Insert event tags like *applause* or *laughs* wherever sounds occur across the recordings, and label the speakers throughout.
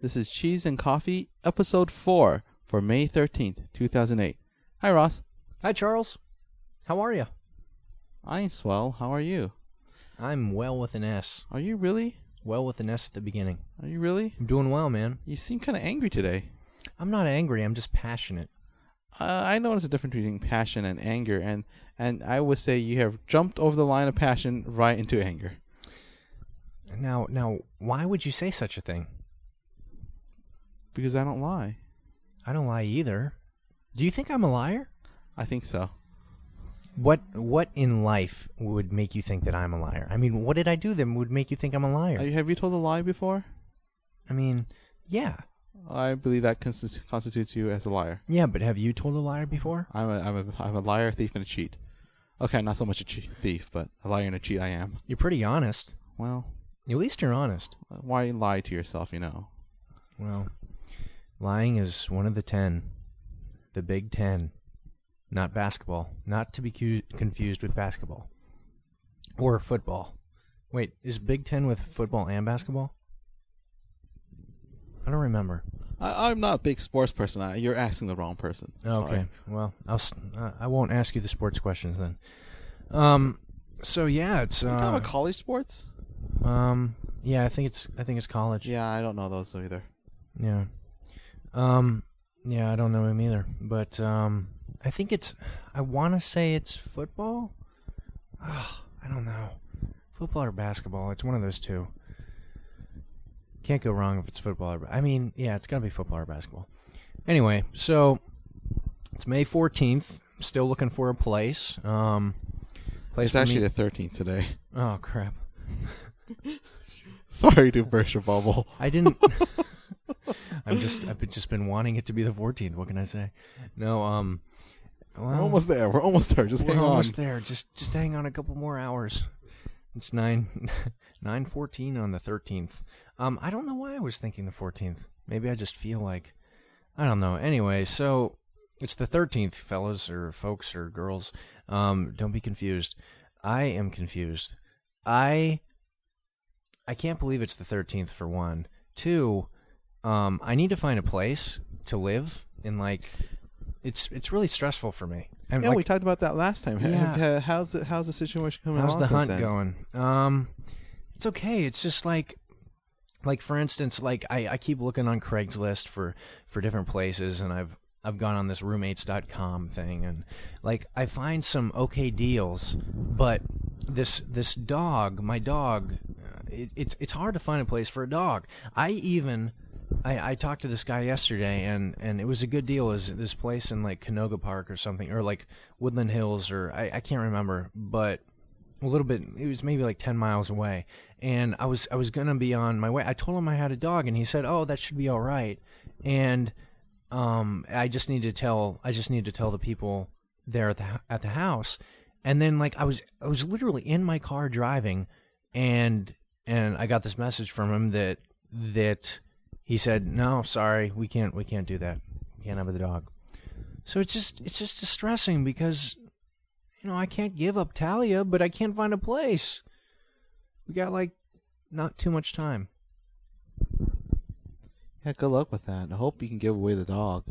Speaker 1: This is Cheese and Coffee, episode 4 for May 13th, 2008. Hi, Ross.
Speaker 2: Hi, Charles. How are you?
Speaker 1: I'm swell. How are you?
Speaker 2: I'm well with an S.
Speaker 1: Are you really?
Speaker 2: Well with an S at the beginning.
Speaker 1: Are you really?
Speaker 2: I'm doing well, man.
Speaker 1: You seem kind of angry today.
Speaker 2: I'm not angry. I'm just passionate.
Speaker 1: Uh, I notice a difference between passion and anger, and, and I would say you have jumped over the line of passion right into anger.
Speaker 2: Now, now, why would you say such a thing?
Speaker 1: Because I don't lie.
Speaker 2: I don't lie either. Do you think I'm a liar?
Speaker 1: I think so.
Speaker 2: What what in life would make you think that I'm a liar? I mean, what did I do that would make you think I'm a liar?
Speaker 1: Have you, Uh, have you told a lie before?
Speaker 2: I mean, yeah.
Speaker 1: I believe that consti- constitutes you as a liar.
Speaker 2: Yeah, but have you told a liar before?
Speaker 1: I'm a, I'm a, I'm a liar, thief, and a cheat. Okay, not so much a che- thief, but a liar and a cheat I am.
Speaker 2: You're pretty honest.
Speaker 1: Well,
Speaker 2: At least you're honest.
Speaker 1: why lie to yourself, you know?
Speaker 2: Well, lying is one of the 10. The big 10. Not basketball. Not to be cu- confused with basketball or football. Wait, is Big 10 with football and basketball? I don't remember.
Speaker 1: I, I'm not a big sports person. I, you're asking the wrong person.
Speaker 2: Okay.
Speaker 1: Sorry.
Speaker 2: Well, I'll s- uh, I won't ask you the sports questions then. Um. So yeah, it's
Speaker 1: Are you talking
Speaker 2: uh,
Speaker 1: about college sports?
Speaker 2: um. Yeah, I think it's I think it's college.
Speaker 1: Yeah, I don't know those either.
Speaker 2: Yeah. Um. Yeah, I don't know him either, but um, I think it's. I want to say it's football. Ugh, I don't know. Football or basketball? It's one of those two. Can't go wrong if it's football. Or, I mean, yeah, it's gonna be football or basketball. Anyway, so it's May fourteenth. Still looking for a place. Um, place
Speaker 1: It's
Speaker 2: for
Speaker 1: actually
Speaker 2: me-
Speaker 1: the 13th today. *laughs*
Speaker 2: Oh crap!
Speaker 1: Sorry to burst your bubble.
Speaker 2: I didn't. I'm just. I've been- just been wanting it to be the 14th. What can I say? No. Um. Well,
Speaker 1: We're almost there. We're almost there. Just
Speaker 2: we're
Speaker 1: hang on.
Speaker 2: almost there. Just just hang on a couple more hours. It's nine *laughs* nine fourteen on the 13th. Um. I don't know why I was thinking the 14th. Maybe I just feel like. I don't know. Anyway, so it's the 13th, fellas or folks or girls. Um. Don't be confused. I am confused. I I can't believe it's the 13th for one. Two, um, I need to find a place to live and like it's it's really stressful for me. And
Speaker 1: Yeah,
Speaker 2: like,
Speaker 1: we talked about that last time. Ha-
Speaker 2: Yeah.
Speaker 1: ha- How's the, how's the situation coming
Speaker 2: how's
Speaker 1: along
Speaker 2: the
Speaker 1: since
Speaker 2: hunt
Speaker 1: then?
Speaker 2: going? Um, it's okay. It's just like like for instance, like I, I keep looking on Craigslist for for different places and I've I've gone on this roommates.com thing and like I find some okay deals, but this this dog, my dog, uh, it, it's it's hard to find a place for a dog. I even I, I talked to this guy yesterday and, and it was a good deal. Is this place in like Canoga Park or something or like Woodland Hills or I, I can't remember, but a little bit it was maybe like 10 miles away and i was i was gonna be on my way i told him i had a dog and he said oh that should be all right and um i just need to tell i just need to tell the people there at the hou- at the house and then like i was i was literally in my car driving and and i got this message from him that that he said no sorry we can't we can't do that we can't have the dog so it's just it's just distressing because you know, I can't give up Talia, but I can't find a place. We got like not too much time.
Speaker 1: Yeah, good luck with that. I hope you can give away the dog.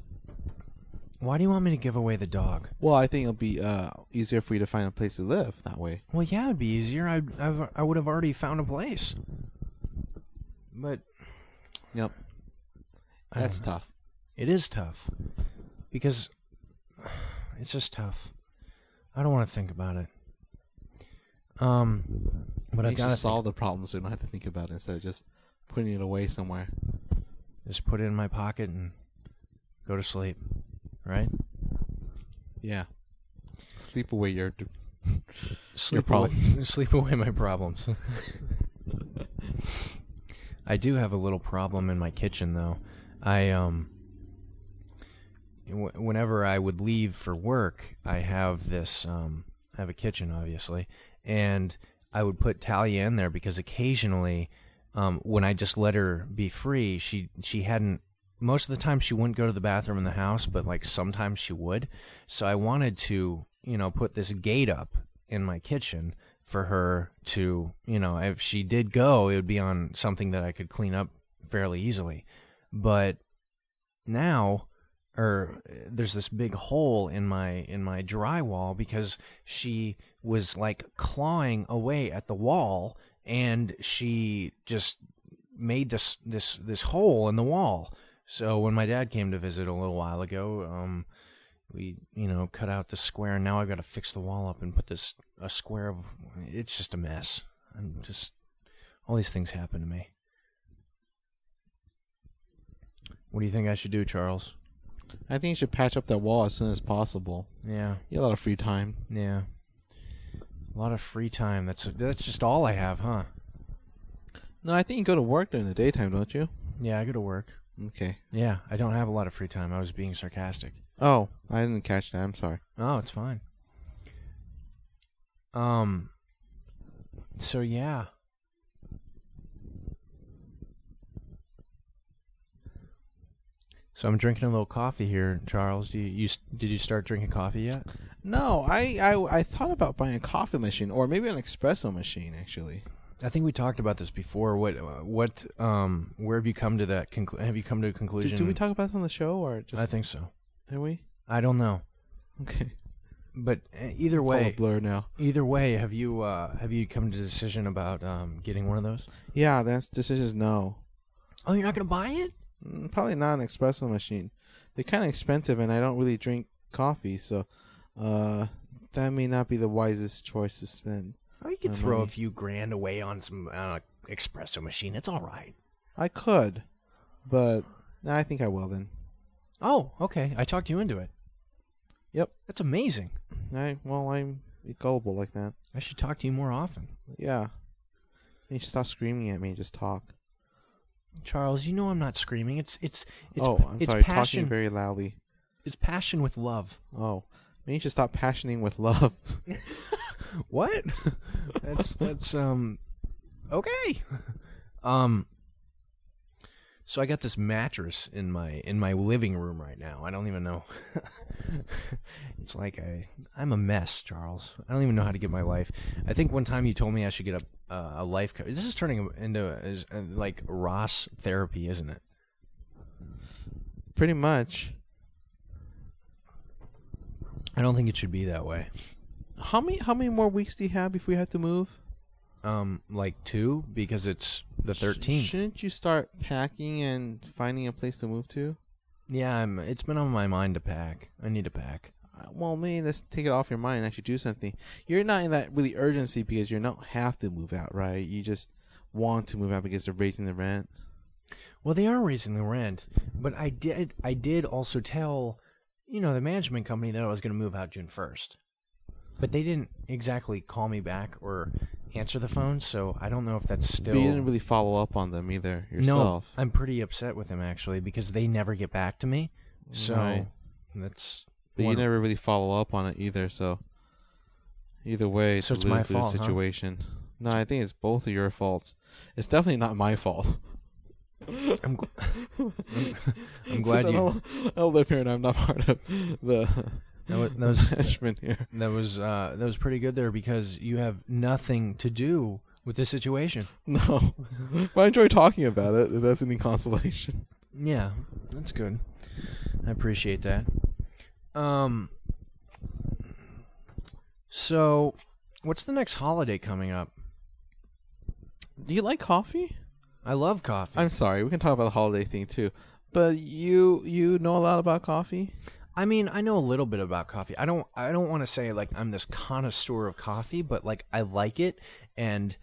Speaker 2: Why do you want me to give away the dog?
Speaker 1: Well, I think it'll be uh, easier for you to find a place to live that way.
Speaker 2: Well, yeah, it'd be easier. I I've, I would have already found a place. But
Speaker 1: Yep.
Speaker 2: I
Speaker 1: That's
Speaker 2: don't
Speaker 1: tough.
Speaker 2: know. it is tough because it's just tough. I don't want to think about it. Um, but
Speaker 1: you
Speaker 2: I gotta
Speaker 1: just
Speaker 2: solve.
Speaker 1: solve the problem so you don't have to think about it instead of just putting it away somewhere.
Speaker 2: Just put it in my pocket and go to sleep. Right?
Speaker 1: Yeah. Sleep away your.
Speaker 2: sleep
Speaker 1: problems.
Speaker 2: Away, *laughs* sleep away my problems. I do have a little problem in my kitchen, though. I um, w- whenever I would leave for work, I have this um, I have a kitchen, obviously, and I would put Talia in there because occasionally, um, when I just let her be free, she she hadn't. Most of the time, she wouldn't go to the bathroom in the house, but like sometimes she would. So I wanted to, you know, put this gate up in my kitchen for her to, you know, if she did go, it would be on something that I could clean up fairly easily. But now or uh, there's this big hole in my in my drywall because she was like clawing away at the wall and she just made this this this hole in the wall. So when my dad came to visit a little while ago, um we you know cut out the square and now I've got to fix the wall up and put this a square of it's just a mess. I'm just all these things happen to me. What do you think I should do, Charles?
Speaker 1: I think you should patch up that wall as soon as possible.
Speaker 2: Yeah.
Speaker 1: You have a lot of free time.
Speaker 2: Yeah. A lot of free time. That's that's just all I have, huh?
Speaker 1: No, I think you go to work during the daytime, don't you?
Speaker 2: Yeah, I go to work.
Speaker 1: Okay.
Speaker 2: Yeah, I don't have a lot of free time. I was being sarcastic.
Speaker 1: Oh, I didn't catch that. I'm sorry.
Speaker 2: Oh, it's fine. Um so yeah. So I'm drinking a little coffee here, Charles. Do you, you s- did you start drinking coffee yet?
Speaker 1: No, I, I I thought about buying a coffee machine or maybe an espresso machine actually.
Speaker 2: I think we talked about this before. What what um where have you come to that conclu- have you come to a conclusion?
Speaker 1: Did, did we talk about this on the show or just
Speaker 2: I think so.
Speaker 1: did we?
Speaker 2: I don't know.
Speaker 1: Okay.
Speaker 2: But uh, either
Speaker 1: It's all a
Speaker 2: way,
Speaker 1: blur now.
Speaker 2: either way, have you uh, have you come to a decision about um, getting one of those?
Speaker 1: Yeah, that's decision's no.
Speaker 2: Oh, you're not gonna buy it?
Speaker 1: Mm, Probably not an espresso machine. They're kind of expensive, and I don't really drink coffee, so uh, that may not be the wisest choice to spend.
Speaker 2: Oh, you could
Speaker 1: My
Speaker 2: throw
Speaker 1: money.
Speaker 2: a few grand away on some uh, espresso machine. It's all right.
Speaker 1: I could, but nah, I think I will then.
Speaker 2: Oh, okay. I talked you into it.
Speaker 1: Yep.
Speaker 2: That's amazing.
Speaker 1: I well, I'm gullible like that.
Speaker 2: I should talk to you more often,
Speaker 1: Yeah. You should stop screaming at me and just talk.
Speaker 2: Charles. You know I'm not screaming. It's it's it's
Speaker 1: oh, I'm
Speaker 2: it's
Speaker 1: sorry,
Speaker 2: passion.
Speaker 1: talking very loudly.
Speaker 2: It's passion with love.
Speaker 1: Oh, maybe you should stop passioning with love. *laughs*
Speaker 2: What? *laughs* that's that's um okay. *laughs* Um so I got this mattress in my in my living room right now. I don't even know. *laughs* it's like I I'm a mess, Charles. I don't even know how to get my life. I think one time you told me I should get a uh, a life coach. This is turning into a, is, uh, like Ross therapy, isn't it?
Speaker 1: Pretty much.
Speaker 2: I don't think it should be that way.
Speaker 1: How many how many more weeks do you have if we have to move?
Speaker 2: Um like 2 because it's the
Speaker 1: Sh-
Speaker 2: 13th.
Speaker 1: shouldn't you start packing and finding a place to move to?
Speaker 2: yeah, I'm, it's been on my mind to pack. I need to pack.
Speaker 1: Uh, Well, maybe let's take it off your mind and actually do something. You're not in that really urgency because you don't have to move out, right? You just want to move out because they're raising the rent.
Speaker 2: Well, they are raising the rent, but I did I did also tell, you know, the management company that I was going to move out June 1st. But they didn't exactly call me back or answer the phone, so I don't know if that's still
Speaker 1: But you didn't really follow up on them either yourself.
Speaker 2: No, I'm pretty upset with them actually because they never get back to me. So
Speaker 1: Right.
Speaker 2: that's
Speaker 1: But
Speaker 2: one-
Speaker 1: you never really follow up on it either, so either way, it's
Speaker 2: So
Speaker 1: a
Speaker 2: it's my
Speaker 1: lose-lose
Speaker 2: fault, huh?
Speaker 1: situation. No, I think it's both of your faults. It's definitely not my fault. *laughs*
Speaker 2: I'm, gl- I'm, I'm glad
Speaker 1: Since *laughs* I
Speaker 2: you
Speaker 1: don't- I don't live here and I'm not *laughs* part of the *laughs*
Speaker 2: that was, that was
Speaker 1: management here.
Speaker 2: that was uh, that was pretty good there because you have nothing to do with this situation.
Speaker 1: No, but I enjoy talking about it. If that's any consolation.
Speaker 2: Yeah, that's good. I appreciate that. Um So, what's the next holiday coming up?
Speaker 1: Do you like coffee?
Speaker 2: I love coffee.
Speaker 1: I'm sorry, we can talk about the holiday thing too. But you you know a lot about coffee.
Speaker 2: I mean, I know a little bit about coffee. I don't I don't want to say like I'm this connoisseur of coffee, but like I like it and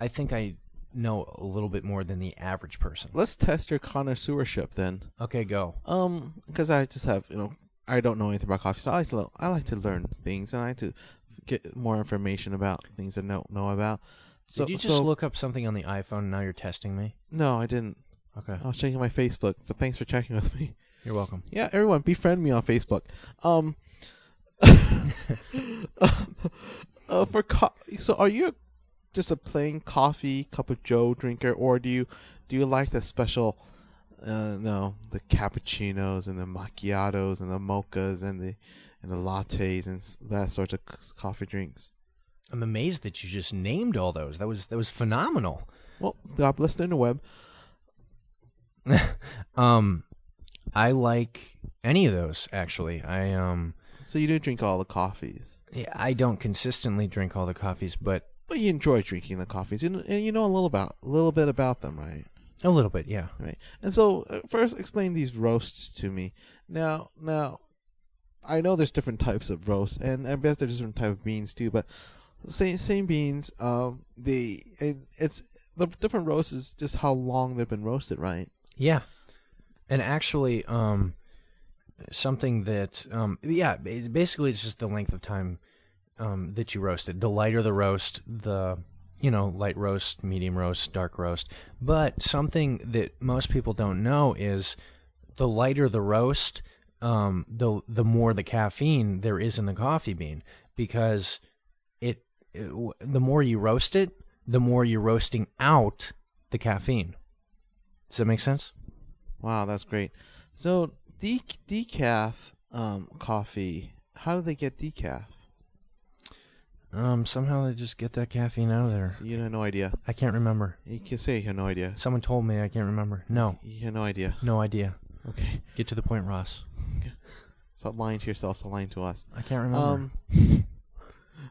Speaker 2: I think I know a little bit more than the average person.
Speaker 1: Let's test your connoisseurship then.
Speaker 2: Okay, go.
Speaker 1: Um, because I just have you know I don't know anything about coffee, so I like to lo- I like to learn things and I like to get more information about things I don't know about. So
Speaker 2: Did you just
Speaker 1: so-
Speaker 2: look up something on the iPhone and now you're testing me?
Speaker 1: no, I didn't.
Speaker 2: Okay.
Speaker 1: I was checking my Facebook, but thanks for checking with me.
Speaker 2: You're welcome.
Speaker 1: Yeah, everyone, befriend me on Facebook. Um, uh, for co- so are you just a plain coffee cup of Joe drinker, or do you do you like the special? Uh, no, the cappuccinos and the macchiatos and the mochas and the and the lattes and s- that sort of c- coffee drinks.
Speaker 2: I'm amazed that you just named all those. That was that was phenomenal.
Speaker 1: Well, God bless the interweb.
Speaker 2: um, I like any of those actually. I um,
Speaker 1: So you do drink all the coffees,
Speaker 2: yeah, I don't consistently drink all the coffees, but
Speaker 1: but you enjoy drinking the coffees, and, and you know a little about a little bit about them, right?
Speaker 2: a little bit, yeah.
Speaker 1: Right. And so, uh, first, explain these roasts to me. Now, now, I know there's different types of roasts, and I bet there's different type of beans too. But same same beans. Um, the it, it's the different roasts is just how long they've been roasted, right?
Speaker 2: Yeah. And actually, um, something that, um, yeah, it's basically it's just the length of time um, that you roast it. The lighter the roast, the, you know, light roast, medium roast, dark roast. But something that most people don't know is the lighter the roast, um, the, the more the caffeine there is in the coffee bean because it, it w- the more you roast it, the more you're roasting out the caffeine. Does that make sense?
Speaker 1: Wow, that's great. So, de- decaf um, coffee. How do they get decaf?
Speaker 2: Um, somehow they just get that caffeine out of there.
Speaker 1: So you have no idea.
Speaker 2: I can't remember.
Speaker 1: You can say you have no idea.
Speaker 2: Someone told me I can't remember. No,
Speaker 1: You have no idea.
Speaker 2: no idea.
Speaker 1: Okay,
Speaker 2: Get to the point, Ross.
Speaker 1: stop lying to yourself. Stop lying to us.
Speaker 2: I can't remember.
Speaker 1: Um,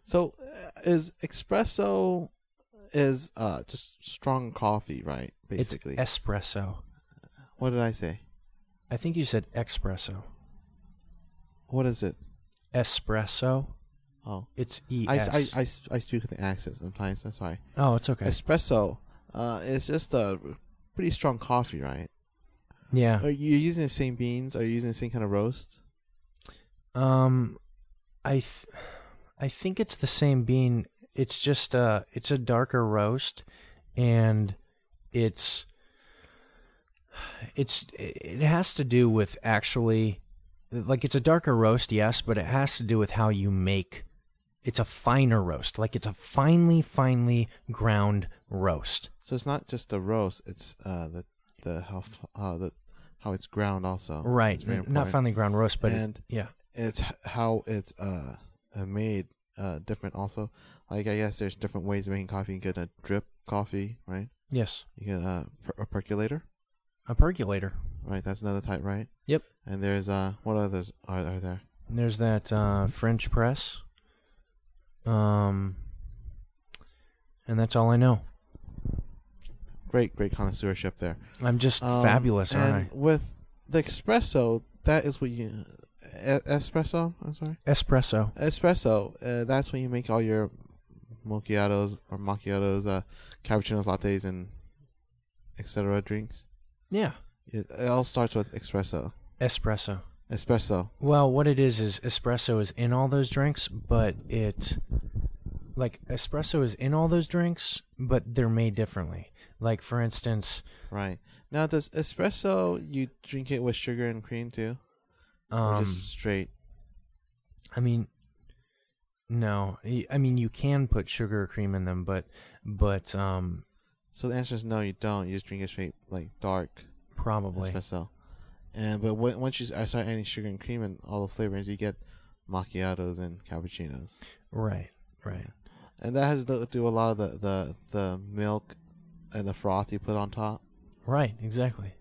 Speaker 1: so uh, is espresso is uh just strong coffee, right?
Speaker 2: it's
Speaker 1: Basically,
Speaker 2: espresso.
Speaker 1: what did I say?
Speaker 2: I think you said espresso.
Speaker 1: What is it?
Speaker 2: Espresso.
Speaker 1: Oh,
Speaker 2: It's E
Speaker 1: I,
Speaker 2: S.
Speaker 1: I, I, s- I speak with an accent sometimes. I'm sorry.
Speaker 2: oh, it's okay.
Speaker 1: Espresso, uh, is just a pretty strong coffee, right?
Speaker 2: yeah.
Speaker 1: Are you using the same beans? Are you using the same kind of roast?
Speaker 2: Um, I, th- I think it's the same bean. It's just uh, it's a darker roast, and it's, it's it has to do with actually, like it's a darker roast, yes, but it has to do with how you make. It's a finer roast, like it's a finely, finely ground roast.
Speaker 1: So it's not just the roast; it's uh the the how f- uh, the how it's ground also.
Speaker 2: Right,
Speaker 1: It's very
Speaker 2: not
Speaker 1: important.
Speaker 2: finely ground roast, but it's,
Speaker 1: And-
Speaker 2: yeah,
Speaker 1: it's h- how it's uh uh, made uh different also like i guess there's different ways of making coffee you can get a drip coffee right
Speaker 2: yes,
Speaker 1: you get a, per- a percolator
Speaker 2: a percolator.
Speaker 1: right that's another type right
Speaker 2: Yep,
Speaker 1: and there's uh what others are, are there
Speaker 2: And There's that uh, French press. Um, and that's all I know.
Speaker 1: great great connoisseurship there
Speaker 2: I'm just
Speaker 1: Um,
Speaker 2: fabulous,
Speaker 1: and
Speaker 2: aren't
Speaker 1: with the espresso that is what you e- espresso i'm sorry
Speaker 2: I? Espresso.
Speaker 1: espresso uh, that's when you make all your macchiatos or macchiatos uh cappuccinos lattes and etc drinks
Speaker 2: Yeah,
Speaker 1: It, it all starts with espresso.
Speaker 2: espresso.
Speaker 1: Espresso.
Speaker 2: Well, what it is is espresso is in all those drinks, but it like espresso is in all those drinks, but they're made differently. Like for instance,
Speaker 1: Right. Now, does espresso, you drink it with sugar and cream too? Or
Speaker 2: um,
Speaker 1: just straight?
Speaker 2: I mean, no, Y- I mean you can put sugar or cream in them, but but um,
Speaker 1: So the answer is no, you don't. You just drink it straight, like dark
Speaker 2: probably
Speaker 1: espresso. And But when, once you s- I start adding sugar and cream and all the flavorings, you get macchiatos and cappuccinos.
Speaker 2: right, right.
Speaker 1: And that has to do a lot of the, the, the milk and the froth you put on top.
Speaker 2: Right, exactly.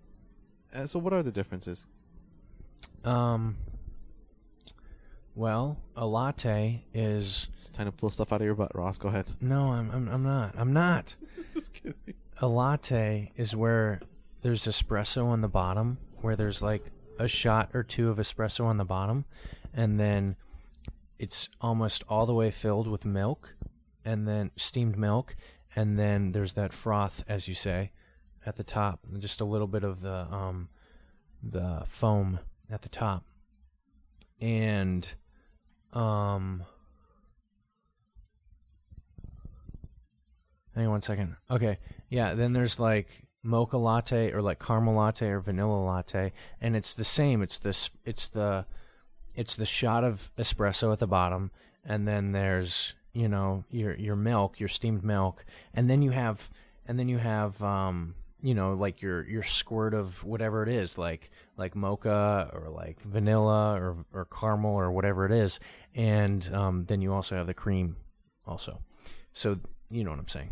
Speaker 1: And so, what are the differences?
Speaker 2: Um well, a latte is
Speaker 1: It's time to pull stuff out of your butt, Ross. Go ahead.
Speaker 2: no, I'm I'm I'm not. I'm not.
Speaker 1: *laughs* just kidding.
Speaker 2: A latte is where there's espresso on the bottom, where there's like a shot or two of espresso on the bottom, and then it's almost all the way filled with milk and then steamed milk, and then there's that froth, as you say, at the top, just a little bit of the um the foam at the top. And um Hang on one second. Okay. Yeah, then there's like mocha latte or like caramel latte or vanilla latte and it's the same. It's this it's the it's the shot of espresso at the bottom and then there's, you know, your your milk, your steamed milk, and then you have and then you have um you know like your your squirt of whatever it is like like mocha or like vanilla or or caramel or whatever it is and um then you also have the cream also so you know what i'm saying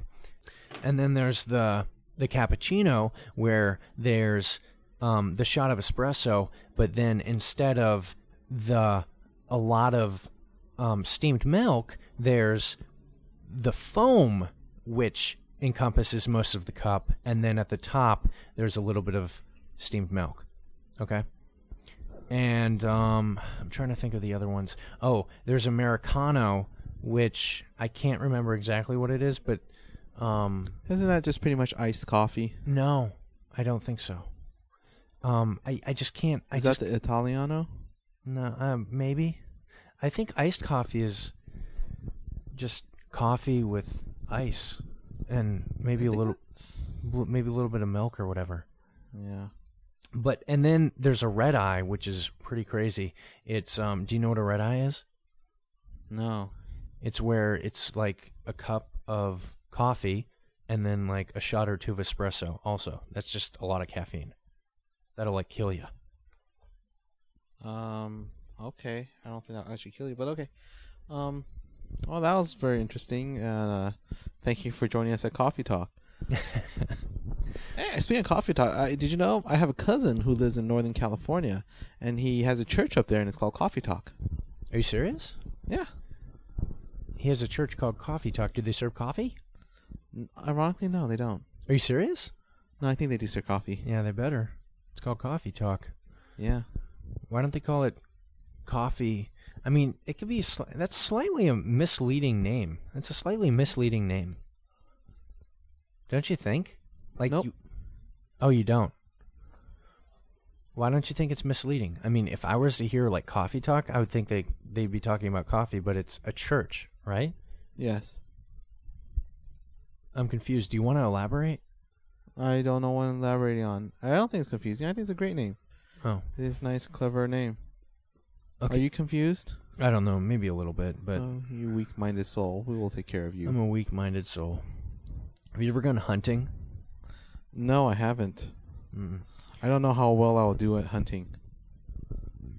Speaker 2: and then there's the the cappuccino where there's um, the shot of espresso, but then instead of the a lot of um, steamed milk, there's the foam which encompasses most of the cup, and then at the top there's a little bit of steamed milk. Okay. And um, I'm trying to think of the other ones. Oh, there's Americano, which I can't remember exactly what it is, but um,
Speaker 1: Isn't that just pretty much iced coffee?
Speaker 2: no, I don't think so. Um, I, I just can't. I
Speaker 1: Is
Speaker 2: just
Speaker 1: that the Italiano?
Speaker 2: no, um, maybe. I think iced coffee is just coffee with ice and maybe a little, maybe a little bit of milk or whatever.
Speaker 1: Yeah.
Speaker 2: But and then there's a red eye, which is pretty crazy. It's um, do you know what a red eye is?
Speaker 1: No.
Speaker 2: It's where it's like a cup of coffee and then like a shot or two of espresso. Also, that's just a lot of caffeine. That'll like kill you.
Speaker 1: Um. Okay. I don't think that'll actually kill you, but okay. Um. Well, that was very interesting, and uh, thank you for joining us at Coffee *laughs* Talk. Hey, speaking of Coffee Talk, I, did you know I have a cousin who lives in Northern California, and he has a church up there, and it's called Coffee Talk.
Speaker 2: Are you serious?
Speaker 1: Yeah.
Speaker 2: He has a church called Coffee Talk. Do they serve coffee?
Speaker 1: Ironically, no, they don't.
Speaker 2: Are you serious?
Speaker 1: No, I think they do serve coffee.
Speaker 2: Yeah, they better. It's called Coffee Talk.
Speaker 1: Yeah.
Speaker 2: Why don't they call it Coffee? I mean, it could be sli- that's slightly a misleading name. That's a slightly misleading name. Don't you think? Like
Speaker 1: Nope.
Speaker 2: you Oh, you don't. Why don't you think it's misleading? I mean, if I was to hear like coffee talk, I would think they they'd be talking about coffee, but it's a church, right?
Speaker 1: Yes.
Speaker 2: I'm confused. Do you want to elaborate?
Speaker 1: I don't know what I'm elaborating on. I don't think it's confusing. I think it's a great name.
Speaker 2: Oh,
Speaker 1: It is a nice, clever name.
Speaker 2: Okay.
Speaker 1: Are you confused?
Speaker 2: I don't know. Maybe a little bit, but
Speaker 1: oh, you weak-minded soul. We will take care of you.
Speaker 2: I'm a weak-minded soul. Have you ever gone hunting?
Speaker 1: no, I haven't.
Speaker 2: Mm.
Speaker 1: I don't know how well I'll do at hunting.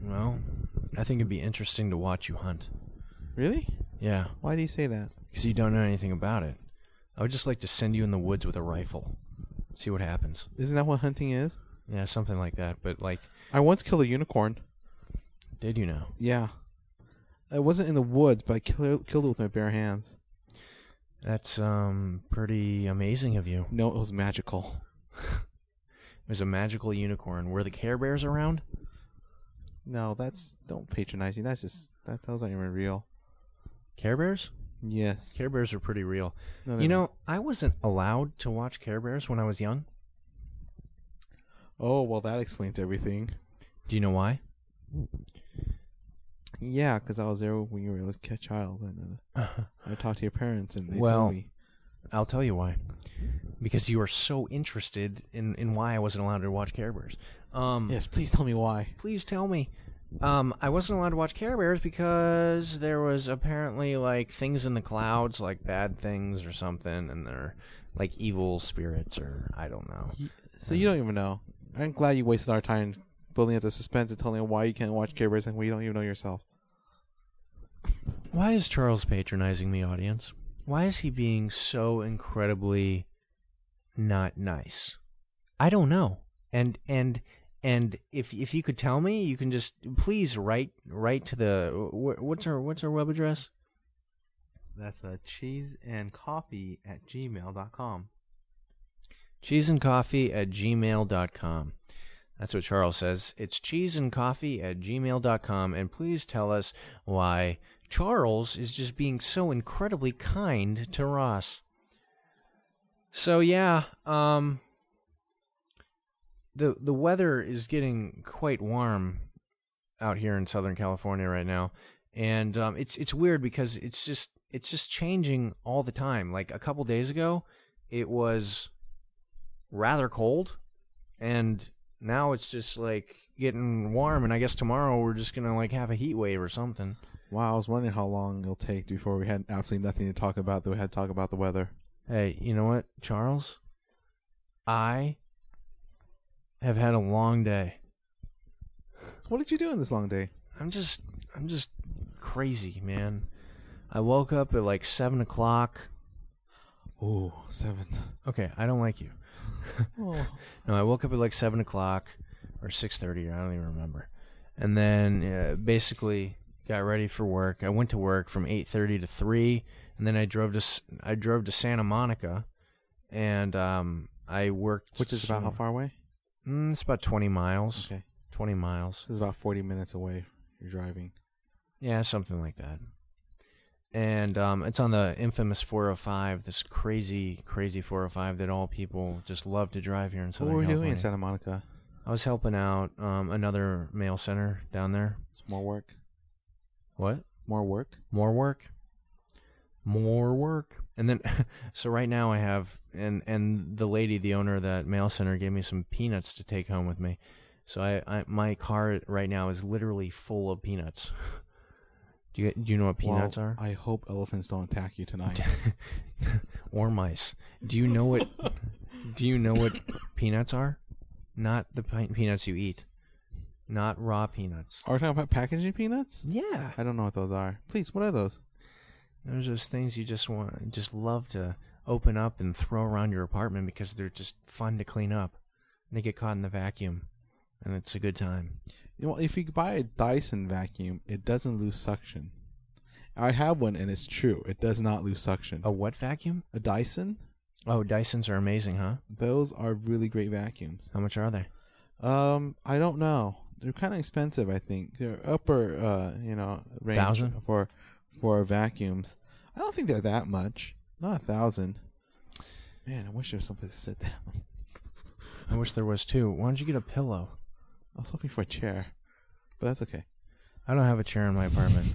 Speaker 2: Well, I think it'd be interesting to watch you hunt.
Speaker 1: Really?
Speaker 2: Yeah,
Speaker 1: Why do you say that?
Speaker 2: because you don't know anything about it. I would just like to send you in the woods with a rifle, see what happens.
Speaker 1: Isn't that what hunting is?
Speaker 2: Yeah, something like that. But like,
Speaker 1: I once killed a unicorn.
Speaker 2: did you know?
Speaker 1: Yeah. It wasn't in the woods, but I kill- killed it with my bare hands.
Speaker 2: That's um pretty amazing of you.
Speaker 1: No, it was magical.
Speaker 2: There's a magical unicorn. Were the Care Bears around?
Speaker 1: No, that's don't patronize me. That's just that. That was not even real.
Speaker 2: Care Bears?
Speaker 1: Yes.
Speaker 2: Care Bears are pretty real.
Speaker 1: No, they weren't.
Speaker 2: You know, I wasn't allowed to watch Care Bears when I was young.
Speaker 1: Oh well, that explains everything.
Speaker 2: Do you know why?
Speaker 1: Yeah, because I was there when you were a kid- child, and uh, I talked to your parents, and they
Speaker 2: Well-
Speaker 1: told me.
Speaker 2: I'll tell you why. Because you are so interested in, in why I wasn't allowed to watch Care Bears. Um,
Speaker 1: Yes, please tell me why.
Speaker 2: Please tell me. Um, I wasn't allowed to watch Care Bears because there was apparently like things in the clouds, like bad things or something, and they're like evil spirits or I don't know.
Speaker 1: So you don't even know. I'm glad you wasted our time building up the suspense and telling why you can't watch Care Bears and we don't even know yourself.
Speaker 2: Why is Charles patronizing me, audience? Why is he being so incredibly not nice? I don't know. And and and if if you could tell me, you can just please write write to the wh- what's our what's our web address?
Speaker 1: That's a cheese and coffee at gmail.com.
Speaker 2: cheeseandcoffee at gmail.com. That's what Charles says. It's cheeseandcoffee at gmail.com. And please tell us why Charles is just being so incredibly kind to Ross. So, yeah, um, the, the weather is getting quite warm out here in Southern California right now, and um, it's it's weird because it's just it's just changing all the time. Like a couple days ago, it was rather cold, and now it's just like getting warm. And I guess tomorrow we're just gonna like have a heat wave or something.
Speaker 1: Wow, I was wondering how long it'll take before we had absolutely nothing to talk about, that we had to talk about the weather.
Speaker 2: Hey, you know what, Charles? I have had a long day.
Speaker 1: What did you do in this long day?
Speaker 2: I'm just I'm just crazy, man. I woke up at like seven o'clock.
Speaker 1: Ooh, seven.
Speaker 2: Okay, I don't like you.
Speaker 1: *laughs* Oh.
Speaker 2: No, I woke up at like seven o'clock or six thirty. I don't even remember. And then uh, basically got ready for work. I went to work from eight thirty to three, and then I drove to S- I drove to Santa Monica, and um, I worked.
Speaker 1: Which is about how
Speaker 2: some-
Speaker 1: far away?
Speaker 2: Mm, it's about twenty miles.
Speaker 1: Okay.
Speaker 2: Twenty miles.
Speaker 1: This is about 40 minutes away. You're driving.
Speaker 2: Yeah, something like that. And um, it's on the infamous 405, this crazy, crazy 405 that all people just love to drive here in
Speaker 1: So
Speaker 2: Southern
Speaker 1: what were you doing
Speaker 2: California.
Speaker 1: in Santa Monica?
Speaker 2: I was helping out um, another mail center down there.
Speaker 1: It's more work.
Speaker 2: What?
Speaker 1: More work.
Speaker 2: More work. More work. And then, *laughs* so right now I have, and and the lady, the owner of that mail center, gave me some peanuts to take home with me. So I, I my car right now is literally full of peanuts. Do you do you know what peanuts
Speaker 1: Well,
Speaker 2: are?
Speaker 1: I hope elephants don't attack you *laughs* tonight.
Speaker 2: or mice. Do you know *laughs* what? do you know what peanuts are? Not the pe- peanuts you eat. Not raw peanuts.
Speaker 1: are we talking about packaging peanuts?
Speaker 2: Yeah,
Speaker 1: I don't know what those are. Please, what are those?
Speaker 2: there's those things you just want, just love to open up and throw around your apartment because they're just fun to clean up. And they get caught in the vacuum, and it's a good time.
Speaker 1: You know, if you buy a Dyson vacuum, it doesn't lose suction. I have one, and it's true. It does not lose suction.
Speaker 2: A what vacuum?
Speaker 1: A Dyson?
Speaker 2: Oh, Dysons are amazing, huh?
Speaker 1: Those are really great vacuums.
Speaker 2: How much are they?
Speaker 1: Um, I don't know. They're kind of expensive. I think they're upper, uh, you know, range
Speaker 2: Thousand?
Speaker 1: for for vacuums. I don't think they're that much. Not a thousand. Man, I wish there was someplace to sit down.
Speaker 2: I wish there was two. Why don't you get a pillow?
Speaker 1: I was hoping for a chair, but that's okay.
Speaker 2: I don't have a chair in my apartment.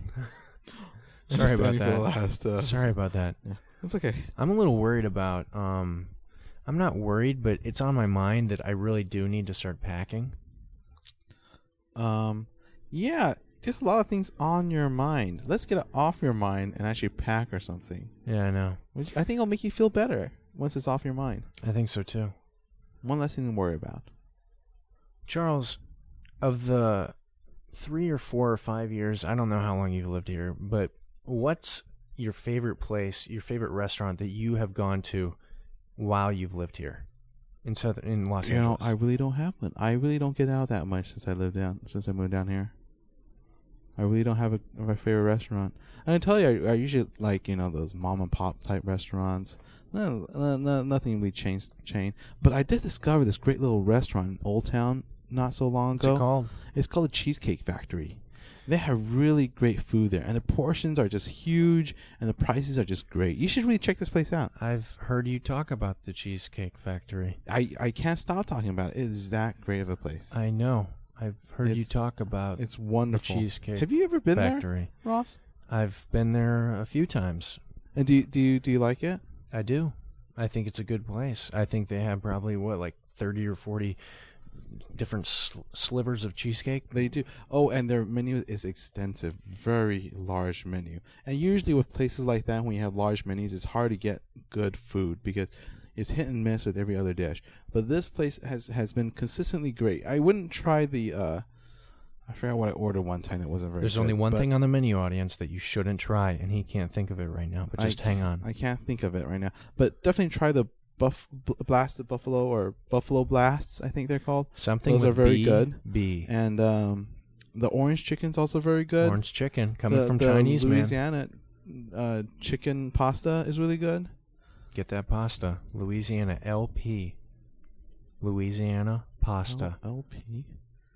Speaker 1: Just
Speaker 2: Sorry about
Speaker 1: standing for the
Speaker 2: that.
Speaker 1: last, uh,
Speaker 2: Sorry about that.
Speaker 1: that's okay.
Speaker 2: I'm a little worried about um I'm not worried, but it's on my mind that I really do need to start packing.
Speaker 1: Um, yeah, there's a lot of things on your mind. Let's get it off your mind and actually pack or something,
Speaker 2: Yeah, I know.
Speaker 1: which I think will make you feel better once it's off your mind.
Speaker 2: I think so too.
Speaker 1: One less thing to worry about.
Speaker 2: Charles, of the 3 or 4 or 5 years, I don't know how long you've lived here, but what's your favorite place, your favorite restaurant that you have gone to while you've lived here in South in Los
Speaker 1: You know,
Speaker 2: Angeles?
Speaker 1: I really don't have one. I really don't get out that much since I lived down since I moved down here. I really don't have a, a favorite restaurant. I can tell you, I, I usually like you know those mom and pop type restaurants. No, no, no nothing really chain chain. But I did discover this great little restaurant in Old Town not so long
Speaker 2: What's
Speaker 1: ago.
Speaker 2: it called?
Speaker 1: It's called the Cheesecake Factory. They have really great food there, and the portions are just huge, and the prices are just great. You should really check this place out.
Speaker 2: I've heard you talk about the Cheesecake Factory.
Speaker 1: I, I can't stop talking about it. It is that great of a place.
Speaker 2: I know. I've heard you
Speaker 1: It's-
Speaker 2: talk about
Speaker 1: It's wonderful.
Speaker 2: Cheesecake
Speaker 1: Have you ever been
Speaker 2: Factory.
Speaker 1: there, Ross?
Speaker 2: I've been there a few times.
Speaker 1: And do you, do you do you like it?
Speaker 2: I do. I think it's a good place. I think they have probably what like 30 or 40 different sl- slivers of cheesecake.
Speaker 1: They do. Oh, and their menu is extensive, very large menu. And usually with places like that, when you have large menus, it's hard to get good food because it's hit and miss with every other dish. But this place has has been consistently great. I wouldn't try the. uh I forgot what I ordered one time that wasn't very.
Speaker 2: There's
Speaker 1: good,
Speaker 2: only one
Speaker 1: but
Speaker 2: thing on the menu audience that you shouldn't try and he can't think of it right now, but
Speaker 1: I
Speaker 2: just hang on.
Speaker 1: I can't think of it right now, but definitely try the buff bl- blasted buffalo or buffalo blasts. I think they're called.
Speaker 2: Something
Speaker 1: those
Speaker 2: with
Speaker 1: are very
Speaker 2: B,
Speaker 1: good.
Speaker 2: B.
Speaker 1: and um, the orange chicken's also very good.
Speaker 2: Orange chicken coming
Speaker 1: the,
Speaker 2: from
Speaker 1: the
Speaker 2: Chinese man.
Speaker 1: Louisiana uh, chicken pasta is really good.
Speaker 2: Get that pasta. Louisiana LP. Louisiana pasta.
Speaker 1: LP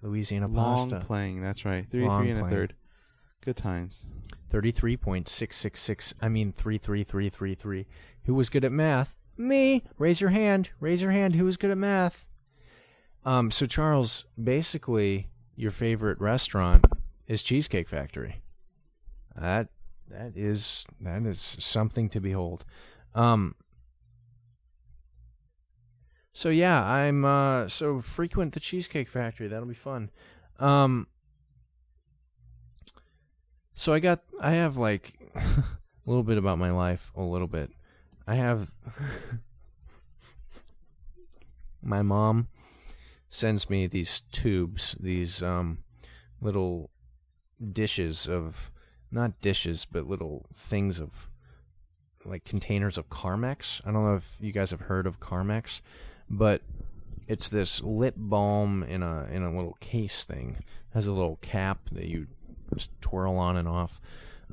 Speaker 2: Louisiana
Speaker 1: Oh. long
Speaker 2: pasta.
Speaker 1: playing. That's right, thirty-three
Speaker 2: Long
Speaker 1: and a
Speaker 2: playing.
Speaker 1: third. Good times.
Speaker 2: 33.666 I mean 33333 who was good at math me raise your hand raise your hand who was good at math um so Charles basically your favorite restaurant is Cheesecake Factory that that is that is something to behold um so yeah I'm uh so frequent the Cheesecake Factory that'll be fun um so I got I have like *laughs* a little bit about my life, a little bit. I have *laughs* my mom sends me these tubes, these um little dishes of not dishes, but little things of like containers of Carmex. I don't know if you guys have heard of Carmex, but it's this lip balm in a in a little case thing. It has a little cap that you just twirl on and off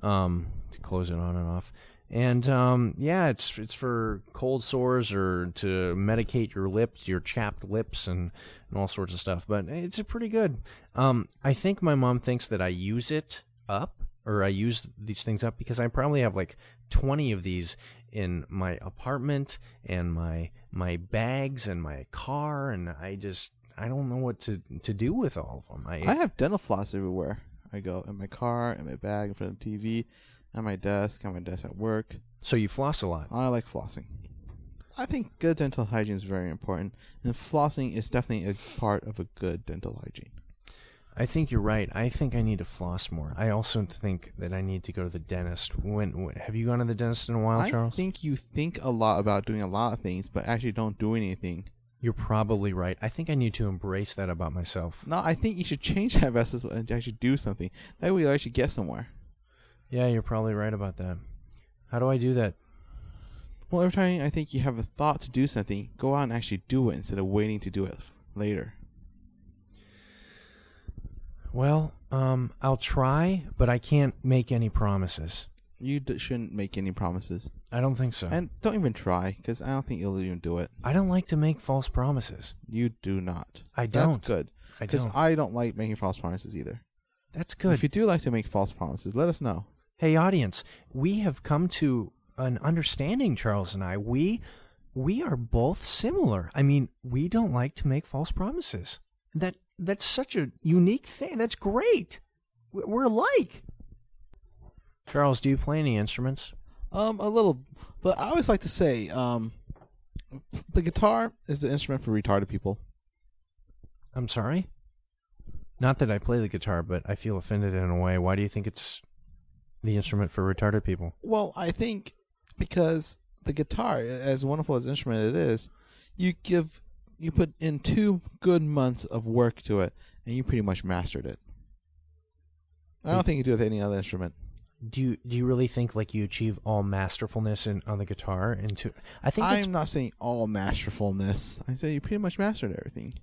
Speaker 2: um, to close it on and off. And um, yeah, it's it's for cold sores or to medicate your lips, your chapped lips, and, and all sorts of stuff. But it's pretty good. Um, I think my mom thinks that I use it up or I use these things up because I probably have like 20 of these in my apartment and my my bags and my car and I just I don't know what to to do with all of them.
Speaker 1: I have dental floss everywhere. I go in my car, in my bag, in front of the TV, on my desk, on my desk at work.
Speaker 2: so you floss a lot.
Speaker 1: I like flossing. I think good dental hygiene is very important, and flossing is definitely a part of a good dental hygiene.
Speaker 2: I think you're right. I think I need to floss more. I also think that I need to go to the dentist. When, when have you gone to the dentist in a while,
Speaker 1: I
Speaker 2: Charles?
Speaker 1: think you think a lot about doing a lot of things, but actually don't do anything.
Speaker 2: you're probably right. I think I need to embrace that about myself.
Speaker 1: No, I think you should change that vessel and actually do something. That way, you actually get somewhere.
Speaker 2: Yeah, you're probably right about that. How do I do that?
Speaker 1: Well, every time I think you have a thought to do something, go out and actually do it instead of waiting to do it later.
Speaker 2: Well, um, I'll try, but I can't make any promises.
Speaker 1: You d- shouldn't make any promises,
Speaker 2: I don't think so.
Speaker 1: and don't even try, because I don't think you'll even do it.
Speaker 2: I don't like to make false promises.
Speaker 1: You do not.
Speaker 2: I
Speaker 1: That's
Speaker 2: don't.
Speaker 1: good.
Speaker 2: I
Speaker 1: Because
Speaker 2: don't.
Speaker 1: I don't like making false promises either.
Speaker 2: That's good.
Speaker 1: If you do like to make false promises, let us know.
Speaker 2: Hey audience, we have come to an understanding Charles and I. We we are both similar. I mean, we don't like to make false promises. That that's such a unique thing. That's great. We- We're alike. Charles, do you play any instruments?
Speaker 1: Um, a little, but I always like to say, um, the guitar is the instrument for retarded people.
Speaker 2: I'm sorry. Not that I play the guitar, but I feel offended in a way. Why do you think it's the instrument for retarded people?
Speaker 1: Well, I think because the guitar, as wonderful as instrument it is, you give, you put in two good months of work to it, and you pretty much mastered it. I don't think you do it with any other instrument.
Speaker 2: Do you do you really think like you achieve all masterfulness in, on the guitar? Into I think it's
Speaker 1: I'm not saying all masterfulness. I say you pretty much mastered everything.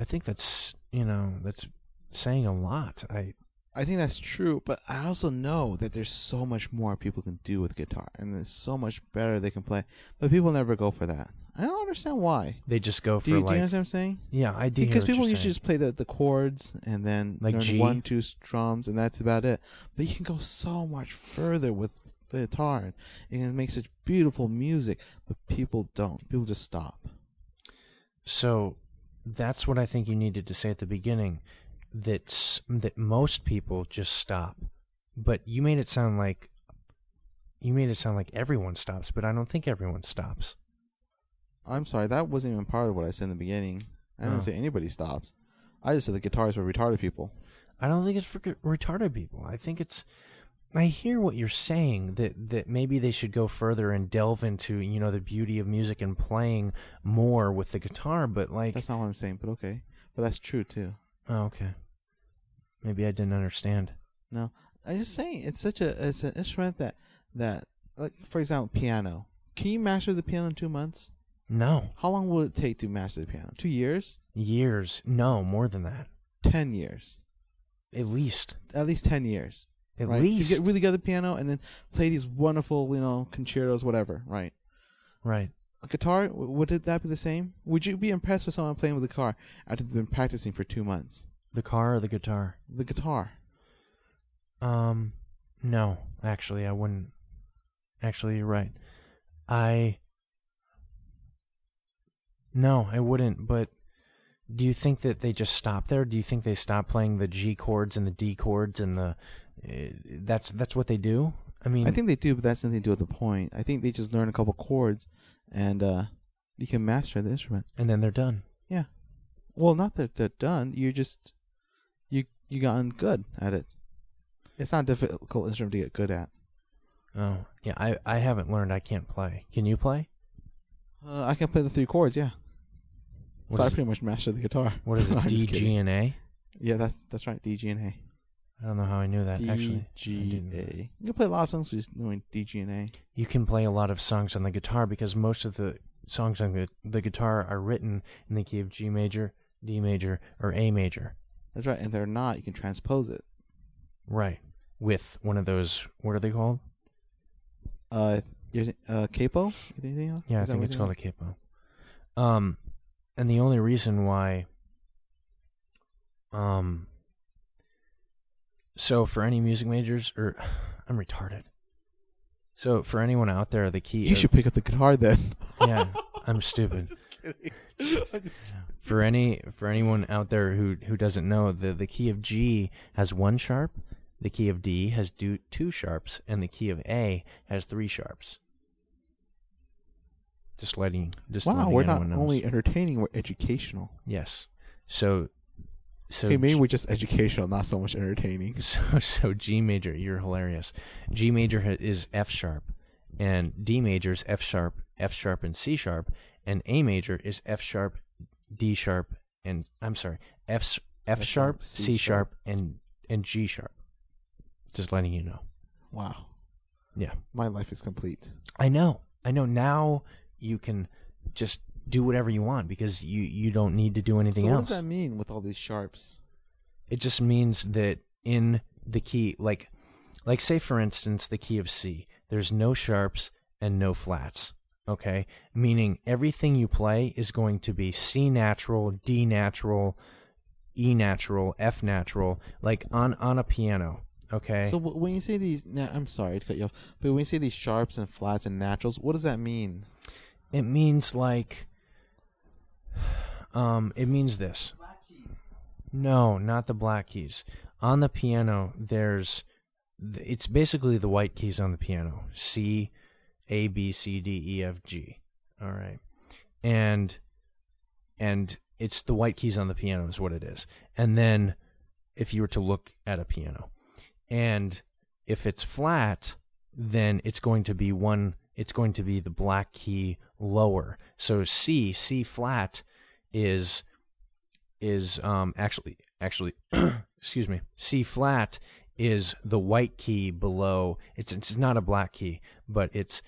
Speaker 2: I think that's you know that's saying a lot. I
Speaker 1: I think that's true, but I also know that there's so much more people can do with guitar, and there's so much better they can play. But people never go for that. I don't understand why.
Speaker 2: they just go for
Speaker 1: Do you, do
Speaker 2: like
Speaker 1: you know what I'm saying?
Speaker 2: yeah I do hear
Speaker 1: Because
Speaker 2: what you're
Speaker 1: people usually
Speaker 2: saying.
Speaker 1: just play the, the chords and then
Speaker 2: Like
Speaker 1: learn
Speaker 2: G?
Speaker 1: one two strums, and that's about it. But you can go so much further with the guitar, and you can make such beautiful music. But people don't. People just stop.
Speaker 2: so that's what I think you needed to say at the beginning that s- that most people just stop, but you made it sound like you made it sound like everyone stops, but I don't think everyone stops.
Speaker 1: I'm sorry, that wasn't even part of what I said in the beginning. I didn't
Speaker 2: Oh.
Speaker 1: say anybody stops. I just said the guitar is for retarded people.
Speaker 2: I don't think it's for retarded people. I think it's. I hear what you're saying that that maybe they should go further and delve into you know the beauty of music and playing more with the guitar. But like,
Speaker 1: That's not what I'm saying, but okay. But that's true too.
Speaker 2: oh, okay, maybe I didn't understand.
Speaker 1: No, I'm just saying it's such a it's an instrument that that like for example piano. Can you master the piano in two months?
Speaker 2: No,
Speaker 1: How long will it take to master the piano? Two years?
Speaker 2: years, no more than that,
Speaker 1: Ten years?
Speaker 2: at least,
Speaker 1: At least ten years.
Speaker 2: at
Speaker 1: right?
Speaker 2: least,
Speaker 1: to get really good at the piano and then play these wonderful you know concertos whatever. Right.
Speaker 2: right?
Speaker 1: A guitar w- would it- that be the same? Would you be impressed with someone playing with a guitar after they've been practicing for two months?
Speaker 2: The car or the guitar?
Speaker 1: The guitar.
Speaker 2: Um, no, actually, I wouldn't. Actually, you're right. I. No, I wouldn't, but do you think that they just stop there? Do you think they stop playing the G chords and the D chords and the. Uh, that's that's what they do? I mean,
Speaker 1: I think they do, but that's nothing to do with the point. I think they just learn a couple chords, and uh, you can master the instrument.
Speaker 2: and then they're done.
Speaker 1: Yeah. Well, not that they're done. You just you you gotten good at it. It's not a difficult instrument to get good at.
Speaker 2: Oh, yeah, I, I haven't learned I can't play. Can you play?
Speaker 1: Uh, I can play the three chords, yeah.
Speaker 2: What
Speaker 1: so I
Speaker 2: is-
Speaker 1: pretty much mastered the guitar. *laughs*
Speaker 2: What is it,
Speaker 1: I'm
Speaker 2: D,
Speaker 1: just
Speaker 2: G,
Speaker 1: kidding.
Speaker 2: and A?
Speaker 1: Yeah, that's that's right. D G and A.
Speaker 2: I don't know how I knew that,
Speaker 1: D
Speaker 2: actually. I
Speaker 1: G
Speaker 2: didn't.
Speaker 1: A. You can play a lot of songs just knowing D G and A.
Speaker 2: you can play a lot of songs on the guitar because most of the songs on the, the guitar are written in the key of G major, D major, or A major.
Speaker 1: That's right. And they're not. You can transpose it.
Speaker 2: Right. With one of those, what are they called?
Speaker 1: Uh, you're- uh capo. Anything else?
Speaker 2: Yeah,
Speaker 1: Is that
Speaker 2: I think
Speaker 1: what
Speaker 2: it's
Speaker 1: you're
Speaker 2: called a capo. Um, and the only reason why, um, so for any music majors, or *sighs* I'm retarded. So for anyone out there, the key.
Speaker 1: You should pick up the guitar then.
Speaker 2: yeah,
Speaker 1: *laughs*
Speaker 2: I'm *laughs* stupid. *laughs* For any for anyone out there who who doesn't know, the the key of G has one sharp, the key of D has do, two sharps, and the key of A has three sharps. Just letting just
Speaker 1: wow,
Speaker 2: letting
Speaker 1: we're not
Speaker 2: anyone knows.
Speaker 1: only entertaining, we're educational.
Speaker 2: yes. So so
Speaker 1: Okay, maybe
Speaker 2: G-
Speaker 1: we're just educational, not so much entertaining.
Speaker 2: *laughs* so so G major, you're hilarious. G major ha- is F sharp, and D major is F sharp, F sharp, and C sharp, and A major is F sharp, D sharp, and I'm sorry, F s- F
Speaker 1: F
Speaker 2: sharp,
Speaker 1: sharp,
Speaker 2: C
Speaker 1: C
Speaker 2: sharp, and and G sharp. Just letting you know.
Speaker 1: Wow,
Speaker 2: Yeah,
Speaker 1: my life is complete.
Speaker 2: I know. I know. Now you can just do whatever you want because you you don't need to do anything
Speaker 1: so what
Speaker 2: else.
Speaker 1: does that mean with all these sharps?
Speaker 2: It just means that in the key, like, like say for instance, the key of C, there's no sharps and no flats. Okay, meaning everything you play is going to be C natural, D natural, E natural, F natural, like on on a piano. Okay,
Speaker 1: So wh- when you say these, nah, I'm sorry to cut you off, but when you say these sharps and flats and naturals, what does that mean?
Speaker 2: it means like, um, it means this. No, not the black keys. On the piano, there's th- it's basically the white keys on the piano. C, A, B, C, D, E, F, G. All right, and and it's the white keys on the piano is what it is. And then if you were to look at a piano, and if it's flat, then it's going to be one. It's going to be the black key lower. So C, C flat, is is um actually actually *clears throat* excuse me C flat is the white key below it's it's not a black key but it's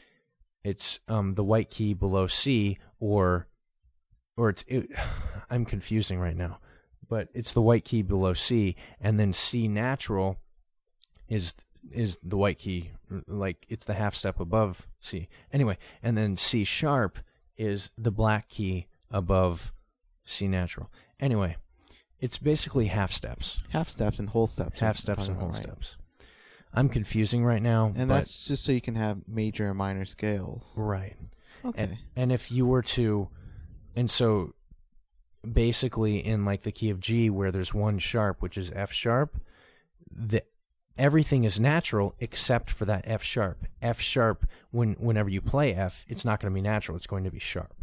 Speaker 2: it's um the white key below C or or it's it, *sighs* I'm confusing right now but it's the white key below C and then C natural is is the white key like it's the half step above C anyway and then C sharp is the black key above C natural anyway it's basically half steps
Speaker 1: Half steps and whole steps.
Speaker 2: half
Speaker 1: I'm
Speaker 2: steps
Speaker 1: talking
Speaker 2: and whole
Speaker 1: about, right?
Speaker 2: steps I'm confusing right now
Speaker 1: And
Speaker 2: but
Speaker 1: that's just so you can have major and minor scales.
Speaker 2: right
Speaker 1: Okay.
Speaker 2: and, and if you were to and so basically in like the key of G where there's one sharp which is F sharp the everything is natural except for that F sharp F sharp when whenever you play F it's not going to be natural it's going to be sharp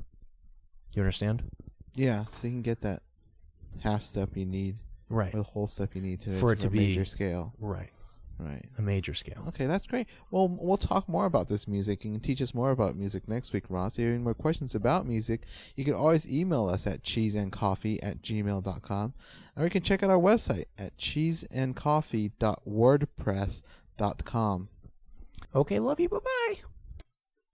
Speaker 2: you understand
Speaker 1: yeah, so you can get that half step you need
Speaker 2: right
Speaker 1: or the whole step you need to
Speaker 2: For it to
Speaker 1: a
Speaker 2: be-
Speaker 1: major scale.
Speaker 2: right
Speaker 1: Right.
Speaker 2: a major scale
Speaker 1: Okay, that's great. Well, we'll talk more about this music. You can teach us more about music next week, Ross. If you have any more questions about music, you can always email us at cheeseandcoffee at gmail.com. Or you can check out our website at cheeseandcoffee.wordpress.com.
Speaker 2: okay love you bye bye